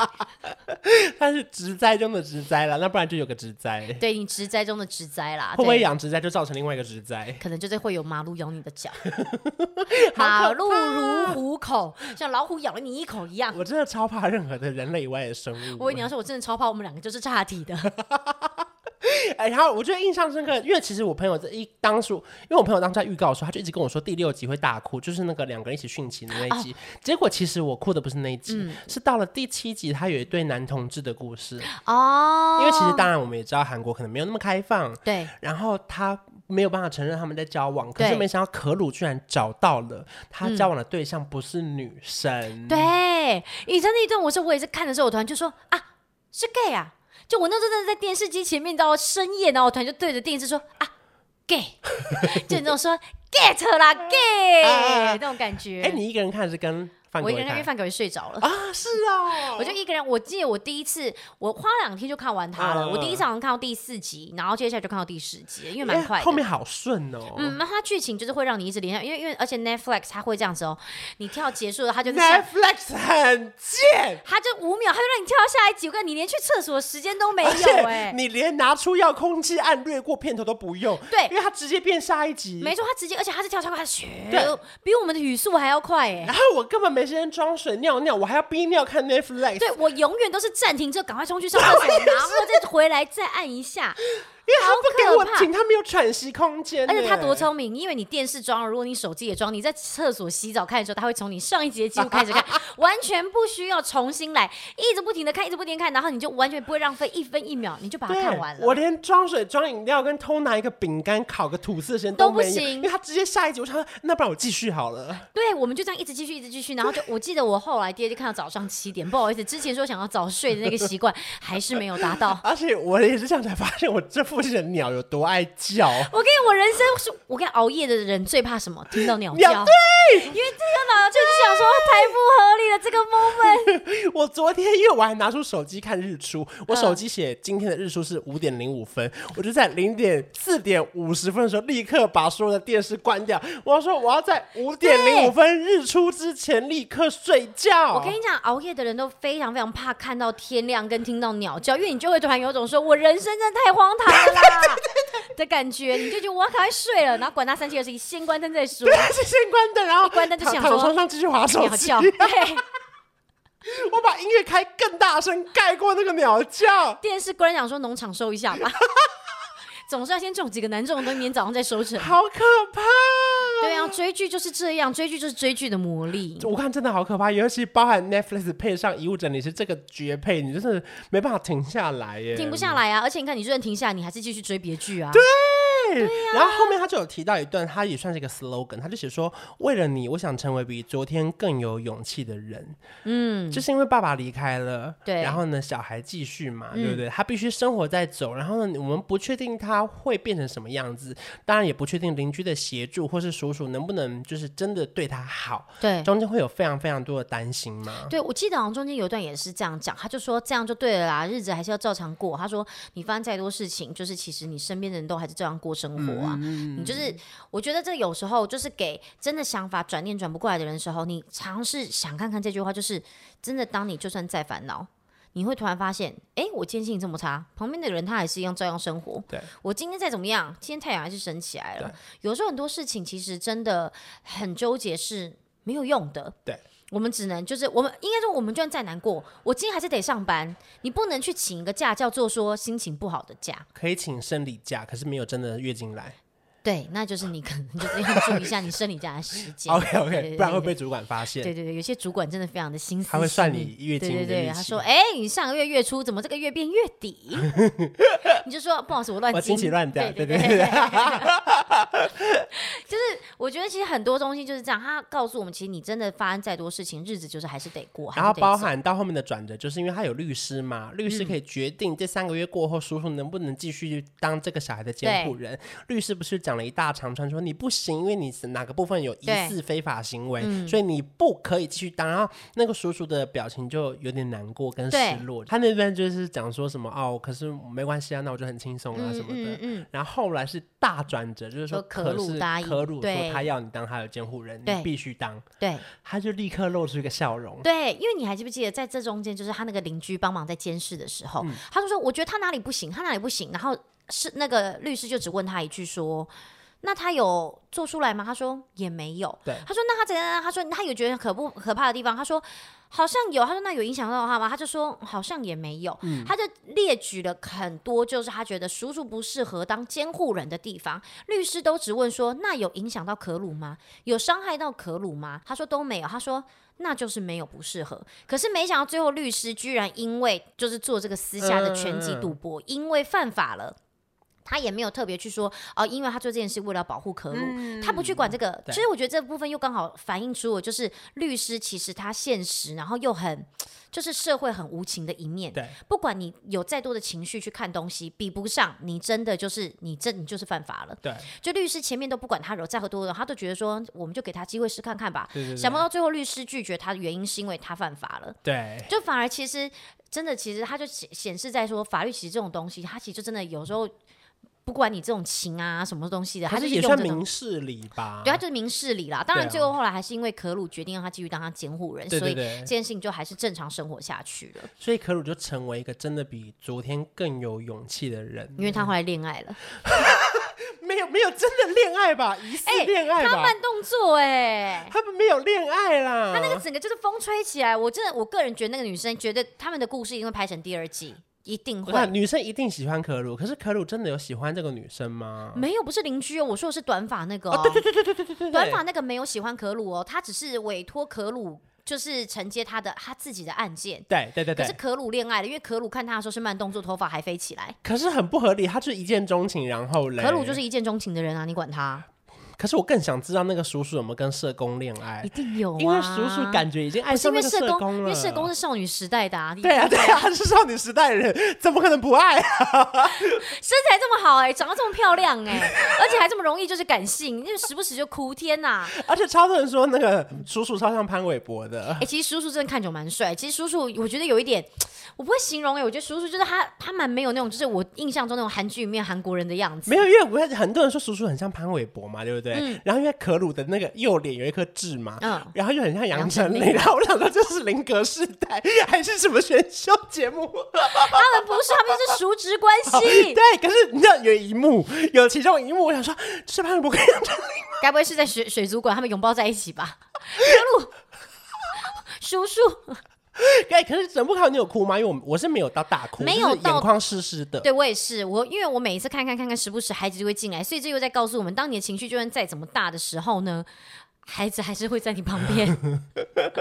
C: 它是植栽中的植栽了，那不然就有个植栽，会
B: 对你职灾中的职灾啦。
C: 不会
B: 啊对
C: 养植栽就造成另外一个植栽？
B: 可能就是会有马路咬你的 脚，
C: 好
B: 马
C: 可
B: 路如虎口，像老虎咬了你一口一 样。
C: 我真的超怕任何的人类以外的生物。
B: 我跟你要说，我真的超怕我们两个就是岔题的。
C: 哎，然后我觉得印象深刻，因为其实我朋友在一当初，因为我朋友当时在预告的时候，他就一直跟我说第六集会大哭，就是那个两个人一起殉情的那
B: 哦
C: 一集。结果其实我哭的不是那一集，
B: 嗯
C: 是到了第七集，他有一对男同志的故事。
B: 哦，
C: 因为其实当然我们也知道韩国可能没有那么开放，
B: 对
C: 然后他没有办法承认他们在交往，可是
B: 对嗯
C: 没想到可鲁居然找到了他交往的对象不是女生，
B: 对，以前那一段我是我也是看的时候，我突然就说啊，是 gay 啊！就我那时候真的在电视机前面到深夜，然后我突然就对着电视说啊，gay，就 那种说 get 啦 gay、
C: 啊
B: 那种感觉。
C: 哎、你一个人看还是跟
B: 我
C: 范国
B: 一个人看因为
C: 看
B: 范可为睡着了。
C: 啊？是哦，
B: 我就一个人，我记得我第一次，我花两天就看完它
C: 啊
B: 了。我第一次好像看到第四集，然后接下来就看到第十集，因为蛮
C: 哎
B: 快的。
C: 后面好顺哦。
B: 嗯，那它剧情就是会让你一直联想，因为因为而且 Netflix 它会这样子哦，你跳结束了，它就是下，
C: Netflix 很贱，
B: 它就五秒，它就让你跳到下一集。我跟你连去厕所的时间都没
C: 而
B: 有
C: 且
B: 哎、
C: 你连拿出遥控器按略过片头都不用，
B: 对
C: 因为它直接变下一集。
B: 没错，它直接，而且它是跳超快，它咻
C: 对
B: 比我们的语速还要快哎、
C: 然后我根本没时间装水尿尿，我还要憋尿看 Netflix。
B: 对我永远都是暂停之后赶快冲去上厕 所，然后再回来再按一下。
C: 因为他不给
B: 好可
C: 我
B: 怕
C: 停，他没有喘息空间欸呢。
B: 而且他多啊聪明，因为你电视装了，如果你手机也装，你在厕所洗澡看的时候，他会从你上一集的记录开 始看，完全不需要重新来，一直不停的看，一直不停地看，然后你就完全不会浪费一分一秒，你就把它
C: 对
B: 看完
C: 我
B: 了。
C: 连装水、装饮料跟偷拿一个饼干、烤个吐司的时间
B: 都不
C: 没有，
B: 行
C: 因为他直接下一集，我想说那不然我继续好了。
B: 对，我们就这样一直继续，一直继续，然后就我记得我后来第二天看到早上七点，不好意思，之前说想要早睡的那个习惯还是没有达到。
C: 而且我也是这样才发现，我这附近的鸟有多爱叫。
B: 我跟你，我人生是，我跟你熬夜的人最怕什么？听到鸟
C: 鸟
B: 叫，对，因为这个鸟就是想说太不合理了，这个 moment
C: 我昨天因为我还拿出手机看日出，
B: 嗯
C: 我手机写今天的日出是五点零五分，我就在零点四点五十分的时候立刻把所有的电视关掉。我要说我要在五点零五分日出之前立刻睡觉。
B: 我跟你讲，熬夜的人都非常非常怕看到天亮跟听到鸟叫，因为你就会突然有种说“我人生真的太荒唐了啦”的感觉，你就觉得我要赶快睡了，然后管他三七二十一，先关灯再说。
C: 是 先关灯，然后
B: 关灯就
C: 躺
B: 想
C: 躺
B: 说
C: 床上继续划手
B: 鸟
C: 机。
B: 叫，对，
C: 我把音乐开更大声，盖过那个鸟叫。
B: 电视关了想说农场收一下吧，总是要先种几个难种的东西，明天早上再收成。
C: 好可怕！
B: 对啊，追剧就是这样，追剧就是追剧的魔力。
C: 我看真的好可怕，尤其包含 Netflix 配上遗物整理师这个绝配，你真是没办法停下来耶，
B: 停不下来啊！而且你看，你就算停下来，你还是继续追别剧啊。
C: 对，然后后面他就有提到一段，他也算是一个 slogan，他就写说：“为了你，我想成为比昨天更有勇气的人。”嗯，就是因为爸爸离开了，
B: 对嗯
C: 然后呢，小孩继续嘛，对不对？他必须生活在走，然后呢，我们不确定他会变成什么样子，当然也不确定邻居的协助或是叔叔能不能就是真的对他好，
B: 对，
C: 中间会有非常非常多的担心嘛。
B: 对，我记得好像中间有一段也是这样讲，他就说这样就对了啦，日子还是要照常过。他说你发生再多事情，就是其实你身边的人都还是照样过生活啊。你就是，我觉得这有时候就是给真的想法转念转不过来的人的时候，你尝试想看看这句话，就是真的，当你就算再烦恼。你会突然发现，哎，我坚信这么差，旁边的人他还是一样照样生活。
C: 对，
B: 我今天再怎么样，今天太阳还是升起来了。有时候很多事情其实真的很纠结，是没有用的。
C: 对，
B: 我们只能就是我们应该说，我们就算再难过，我今天还是得上班。你不能去请一个假，叫做说心情不好的假。
C: 可以请生理假，可是没有真的月经来。
B: 对，那就是你可能就是要注意一下你生理假的时 间。
C: OK
B: 对对
C: OK，
B: 对
C: 不然会被主管发现。
B: 对对对，有些主管真的非常的心思细腻，
C: 他会算你月经
B: 对对
C: 的
B: 对，
C: 日
B: 他
C: 期
B: 说：“哎、你上个月月初怎么这个月变月底？” 你就说：“不好意思，我乱
C: 我经期乱掉，
B: 呃对
C: 对
B: 对
C: 对对。
B: 我觉得其实很多东西就是这样，他告诉我们，其实你真的发生再多事情，日子就是还是得过，还
C: 然
B: 是
C: 后
B: 得
C: 包
B: 走
C: 含到后面的转折，就是因为他有律师嘛，律
B: 嗯
C: 师可以决定这三个月过后，叔叔能不能继续当这个小孩的监护人。律师不是讲了一大长串，说你不行，因为你是哪个部分有疑
B: 对嗯
C: 似非法行为，所以你不可以继续当。然后那个叔叔的表情就有点难过跟失
B: 对
C: 落，他那边就是讲说什么哦，可是没关系啊，那我就很轻松啊什么的。
B: 嗯嗯，
C: 然后后来是大转折，就是说
B: 说可鲁
C: 是
B: 答应
C: 可鲁
B: 对
C: 说他要你当他的监护人，
B: 对
C: 你必须当，
B: 对
C: 他就立刻露出一个笑容。
B: 对，因为你还记不记得，在这中间，就是他那个邻居帮忙在监视的时
C: 嗯
B: 候，他就说：“我觉得他哪里不行，他哪里不行。”然后是那个律师就只问他一句说。那他有做出来吗？他说也没有。
C: 对
B: 他说那他怎样？他说他有觉得可不可怕的地方？他说好像有。他说那有影响到他吗？他就说嗯好像也没有。他就列举了很多，就是他觉得叔叔不适合当监护人的地方。律师都只问说那有影响到可鲁吗？有伤害到可鲁吗？他说都没有。他说。那就是没有不适合，可是没想到最后律师居然因为就是做这个私下的拳击赌博，因为犯法了，他也没有特别去说哦、因为他做这件事为了保护可鲁，他不去管这个。
C: 嗯对
B: 所以我觉得这部分又刚好反映出我就是律师其实他现实，然后又很就是社会很无情的一面。
C: 对，
B: 不管你有再多的情绪去看东西，比不上你真的就是你真你就是犯法了。
C: 对，
B: 就律师前面都不管他有再多多的，他都觉得说我们就给他机会试看看吧。
C: 对对对
B: 想不到最后律师拒绝他的原因是因为他犯法了。
C: 对，
B: 就反而其实真的，其实它就显显示在说，法律其实这种东西，它其实就真的有时候不管你这种情啊什么东西的，它
C: 可
B: 就是是
C: 也
B: 用
C: 算
B: 这种
C: 明事理吧？
B: 对，它啊就是明事理啦。当然，
C: 对啊
B: 最后后来还是因为可鲁决定让他继续当他监护人，
C: 对对
B: 所以
C: 对嗯
B: 这件事情就还是正常生活下去了。
C: 所以可鲁就成为一个真的比昨天更有勇气的人，
B: 因为他后来恋爱了，
C: 没有没有真的恋爱吧，疑似恋爱
B: 哎他
C: 吧，
B: 慢动作哎、
C: 他们没有恋爱啦。
B: 他那个整个就是风吹起来，我真的，我个人觉得那个女生觉得他们的故事一定会拍成第二季，一定
C: 我看
B: 会。
C: 女生一定喜欢可鲁，可是可鲁真的有喜欢这个女生吗？
B: 没有，不是邻居哦，我说的是短发那个、哦
C: 哦，对对对对对对对，
B: 短发那个没有喜欢可鲁哦，他只是委托可鲁，就是承接他的他自己的案件。
C: 对对对
B: 可是
C: 对，
B: 可鲁恋爱了，因为可鲁看他的时候是慢动作，头发还飞起来。
C: 可是很不合理，他就是一见钟情，然后嘞，
B: 可鲁就是，一见钟情的人啊，你管他？
C: 可是我更想知道那个叔叔有没有跟社工恋爱
B: 一，定有啊，
C: 哎因为叔叔感觉已经爱
B: 不哦是
C: 上
B: 因为
C: 那个
B: 社工，
C: 工了，
B: 因为社 工是少女时代的啊，你
C: 对啊对啊，他是少女时代的人，怎么可能不爱 啊？
B: 身材这么好哎、长得这么漂亮哎、 而且还这么容易就是感性，就时不时就哭，天啊 呐！
C: 而且超多人说那个叔叔超像潘玮柏 的
B: 哎、，其实叔叔真的看久蛮帅。其实叔叔，我觉得有一点，我不会形容哎、我觉得叔叔就是他，他蛮没有那种，就是我印象中那种韩剧里面韩国人的样子。
C: 没有，因为我看很多人说叔叔很像潘玮柏嘛，对不对？然后因为可鲁的那个右脸有一颗痣嘛，
B: 嗯
C: 然后就很像杨
B: 杨
C: 丞
B: 丞
C: 琳，
B: 琳
C: 然后我想说这是林格世代还是什么选秀 节目？
B: 他呃们不是，他们就是叔侄关 系。
C: 对，可是你知道有一幕，有其中一幕，我想说这是潘玮柏跟 杨丞琳吗？
B: 该不会是在水水族馆他们拥抱在一起吧？ 可鲁，叔 叔，
C: 哎，可是整部看完你有哭吗？因为我我是没有到大哭，
B: 没有
C: 就是
B: 到
C: 眼眶湿湿的。
B: 对我也是，我因为我每一次看看看看，时不时孩子就会进来，所以这又在告诉我们，当你的情绪就算再怎么大的时候呢，孩子还是会在你旁边，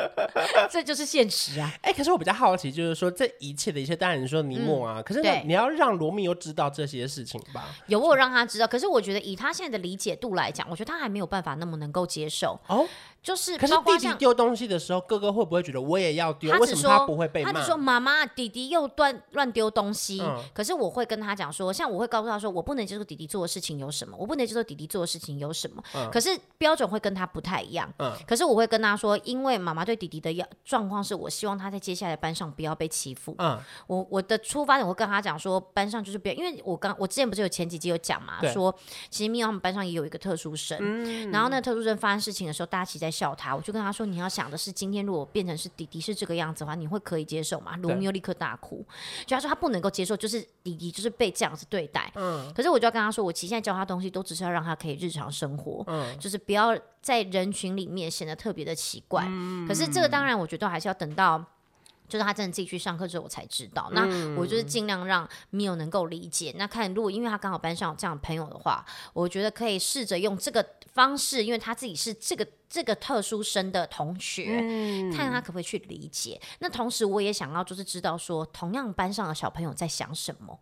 B: 这就是现实啊。
C: 哎、可是我比较好奇，就是说这一切的一切，当然你说尼莫啊，可是
B: 嗯对
C: 你要让罗密欧知道这些事情吧？
B: 有我有让他知道，可是我觉得以他现在的理解度来讲，我觉得他还没有办法那么能够接受，
C: 哦，
B: 就是
C: 可是
B: 包括
C: 弟弟
B: 像。
C: 丢东西的时候，哥哥会不会觉得我也要丢？
B: 他
C: 为
B: 只
C: 什么
B: 说
C: 他不会被骂？
B: 只说妈妈，弟弟又乱乱丢东西。
C: 嗯
B: 可是我会跟他讲说，像我会告诉他说，我不能接受弟弟做的事情有什么，我不能接受弟弟做的事情有什么。
C: 嗯
B: 可是标准会跟他不太一样。
C: 嗯
B: 可是我会跟他说，因为妈妈对弟弟的要状况是我希望他在接下来的班上不要被欺负。
C: 嗯，
B: 我我的出发点，我会跟他讲说，班上就是不要，因为我刚我之前不是有前几集有讲嘛
C: 对，嗯
B: 说其实米娅他们班上也有一个特殊生，然后那个特殊生发生事情的时候，大家其实在笑他，我就跟他说，你要想的是，今天如果变成是弟弟是这个样子的话，你会可以接受吗？罗密欧立刻大哭，就他说他不能够接受，就是弟弟就是被这样子对待，可是我就要跟他说，我其实现在教他东西都只是要让他可以日常生活，就是不要在人群里面显得特别的奇怪。可是这个当然，我觉得还是要等到。就是他真的自己去上课之后，我才知道。那我就是尽量让 Mio 能够理解。那看，如果因为他刚好班上有这样的朋友的话，我觉得可以试着用这个方式，因为他自己是这个这个特殊生的同学，看他可不可以去理解。那同时，我也想要就是知道说，同样班上的小朋友在想什么。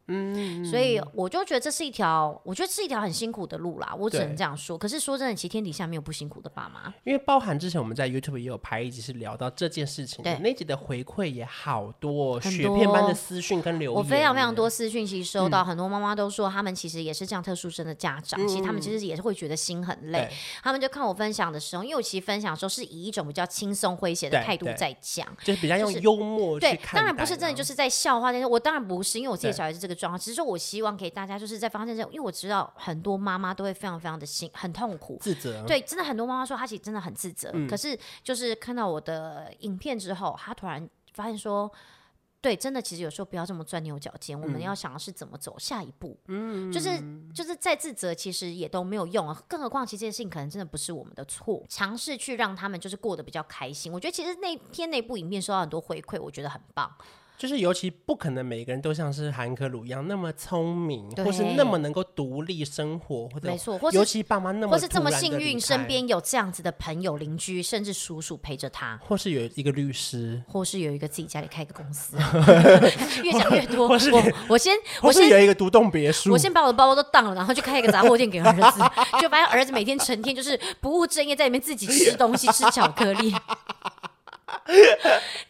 B: 所以我就觉得这是一条，我觉得是一条很辛苦的路啦，我只能
C: 对
B: 这样说。可是说真的，其实天底下没有不辛苦的爸妈。
C: 因为包含之前我们在 YouTube 也有拍一集是聊到这件事情的，
B: 对
C: 那集的回馈也好多哦，
B: 很
C: 雪
B: 多
C: 片般的私讯跟留言，
B: 我非常非常多私讯其实收到，很多妈妈都说，他们其实也是这样特殊生的家长，其实他们其实也是会觉得心很累
C: 对。
B: 他们就看我分享的时候，因为我其实分享的时候是以一种比较轻松诙谐的
C: 对
B: 态度
C: 对
B: 在讲。
C: 就是比较用
B: 就是
C: 幽默去
B: 对
C: 看待、，啊
B: 当然不是真的，就是是在笑话。但是我当然不是，因为我自己
C: 对
B: 小孩是这个状况。只是说我希望给大家就是在发现这，因为我知道很多妈妈都会非常非常的辛，很痛苦。
C: 自责。啊
B: 对，真的很多妈妈说她其实真的很
C: 嗯
B: 自责，可是就是看到我的影片之后，她突然发现说。对，真的，其实有时候不要这么钻牛角
C: 嗯
B: 尖，我们要想的是怎么走下一步。嗯，就是就是再自责，其实也都没有用啊。更何况，其实这件事情可能真的不是我们的错。尝试去让他们就是过得比较开心，我觉得其实那篇那部影片收到很多回馈，我觉得很棒。
C: 就是尤其不可能每个人都像是韩科鲁一样那么聪明，
B: 对
C: 或是那么能够独立生活，或者
B: 没错或是
C: 尤其爸妈那么
B: 或是这么
C: 突然地
B: 幸
C: 离
B: 运，
C: 开
B: 身，边有这样子的朋友、邻居，甚至叔叔陪着他，
C: 或是有一个律师，
B: 或是有一个自己家里开个公 司，越讲越多。
C: 或是
B: 我我先
C: 或
B: 我
C: 是
B: 先
C: 有一个独栋别墅，
B: 我先把我的包包都当了，然后去开一个杂货店给儿子，就发现儿子每天成天就是不务正业，在里面自己
C: 哎
B: 吃东西，吃巧克力。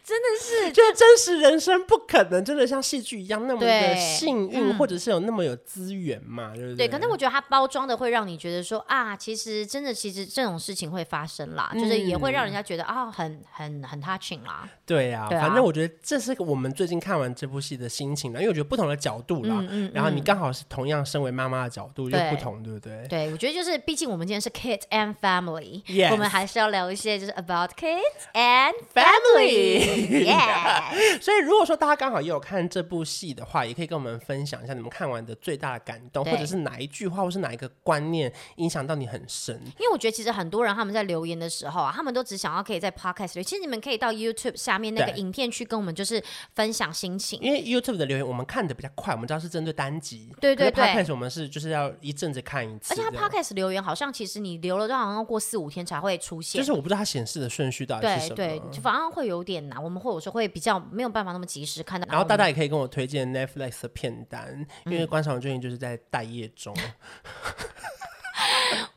B: 真的是，
C: 就是真实人生不可能真的像戏剧一样那么的
B: 对嗯
C: 幸运，或者是有那么有资源嘛，对不
B: 对，
C: 对？
B: 可能我觉得它包装的会让你觉得说啊，其实真的，其实这种事情会发生啦，就是也会让
C: 嗯
B: 人家觉得啊，很很很 touching 啦。
C: 对啊，
B: 对啊
C: 反正我觉得这是我们最近看完这部戏的心情啦，因为我觉得不同的角度
B: 嗯
C: 啦，然后你刚好是同样身为妈妈的角度就
B: 对
C: 不同，对不对？
B: 对，我觉得就是，毕竟我们今天是 kids and family，、
C: Yes
B: 我们还是要聊一些就是 about kids and family。yeah，
C: 所以如果说大家刚好也有看这部戏的话，也可以跟我们分享一下你们看完的最大的感动，
B: 对
C: 或者是哪一句话，或是哪一个观念影响到你很深。
B: 因为我觉得其实很多人他们在留言的时候啊，他们都只想要可以在 podcast 里，其实你们可以到 YouTube 下面那个
C: 对
B: 影片去跟我们就是分享心情。
C: 因为 YouTube 的留言我们看的比较快，我们知道是针对单集，
B: 对对
C: 可是
B: 对
C: Podcast 我们是就是要一阵子看一次
B: 而
C: 这
B: 且
C: 样，
B: 他 podcast 留言好像其实你留了，都好像要过四五天才会出现。
C: 就是我不知道它显示的顺序到底
B: 对
C: 是什么。
B: 对，就反而会有点难。我们会有时候会比较没有办法那么及时看到。
C: 然后大
B: 我们
C: 家也可以跟我推荐 Netflix 的片单，
B: 嗯
C: 因为观赏最近就是在待业中。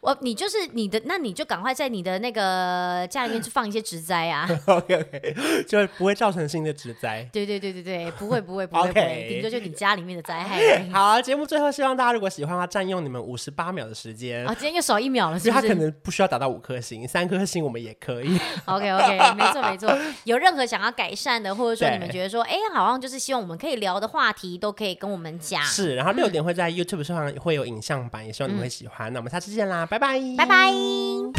B: 我哦你就是你的，那你就赶快在你的那个家里面去放一些植栽 啊。
C: OK OK，就不会造成新的职灾。
B: 对对对对对，不会不会不会
C: OK
B: 不会，顶多就你家里面的灾害而 已。
C: 好，啊节目最后希望大家如果喜欢的话，占用你们五十八秒的时间。
B: 啊，今天又少一秒了，
C: 因为
B: 是不
C: 他可
B: 是
C: 能不需要达到五颗星，三颗星我们也 可以。
B: ？OK OK，没错没错。有任何想要改善的，或者说
C: 对
B: 你们觉得说，哎，好像就是希望我们可以聊的话题，都可以跟我们讲。
C: 是，然后六点会在 YouTube 上会有影像版，也希望你们会喜欢。那我们下次见啦，拜拜，
B: 拜拜。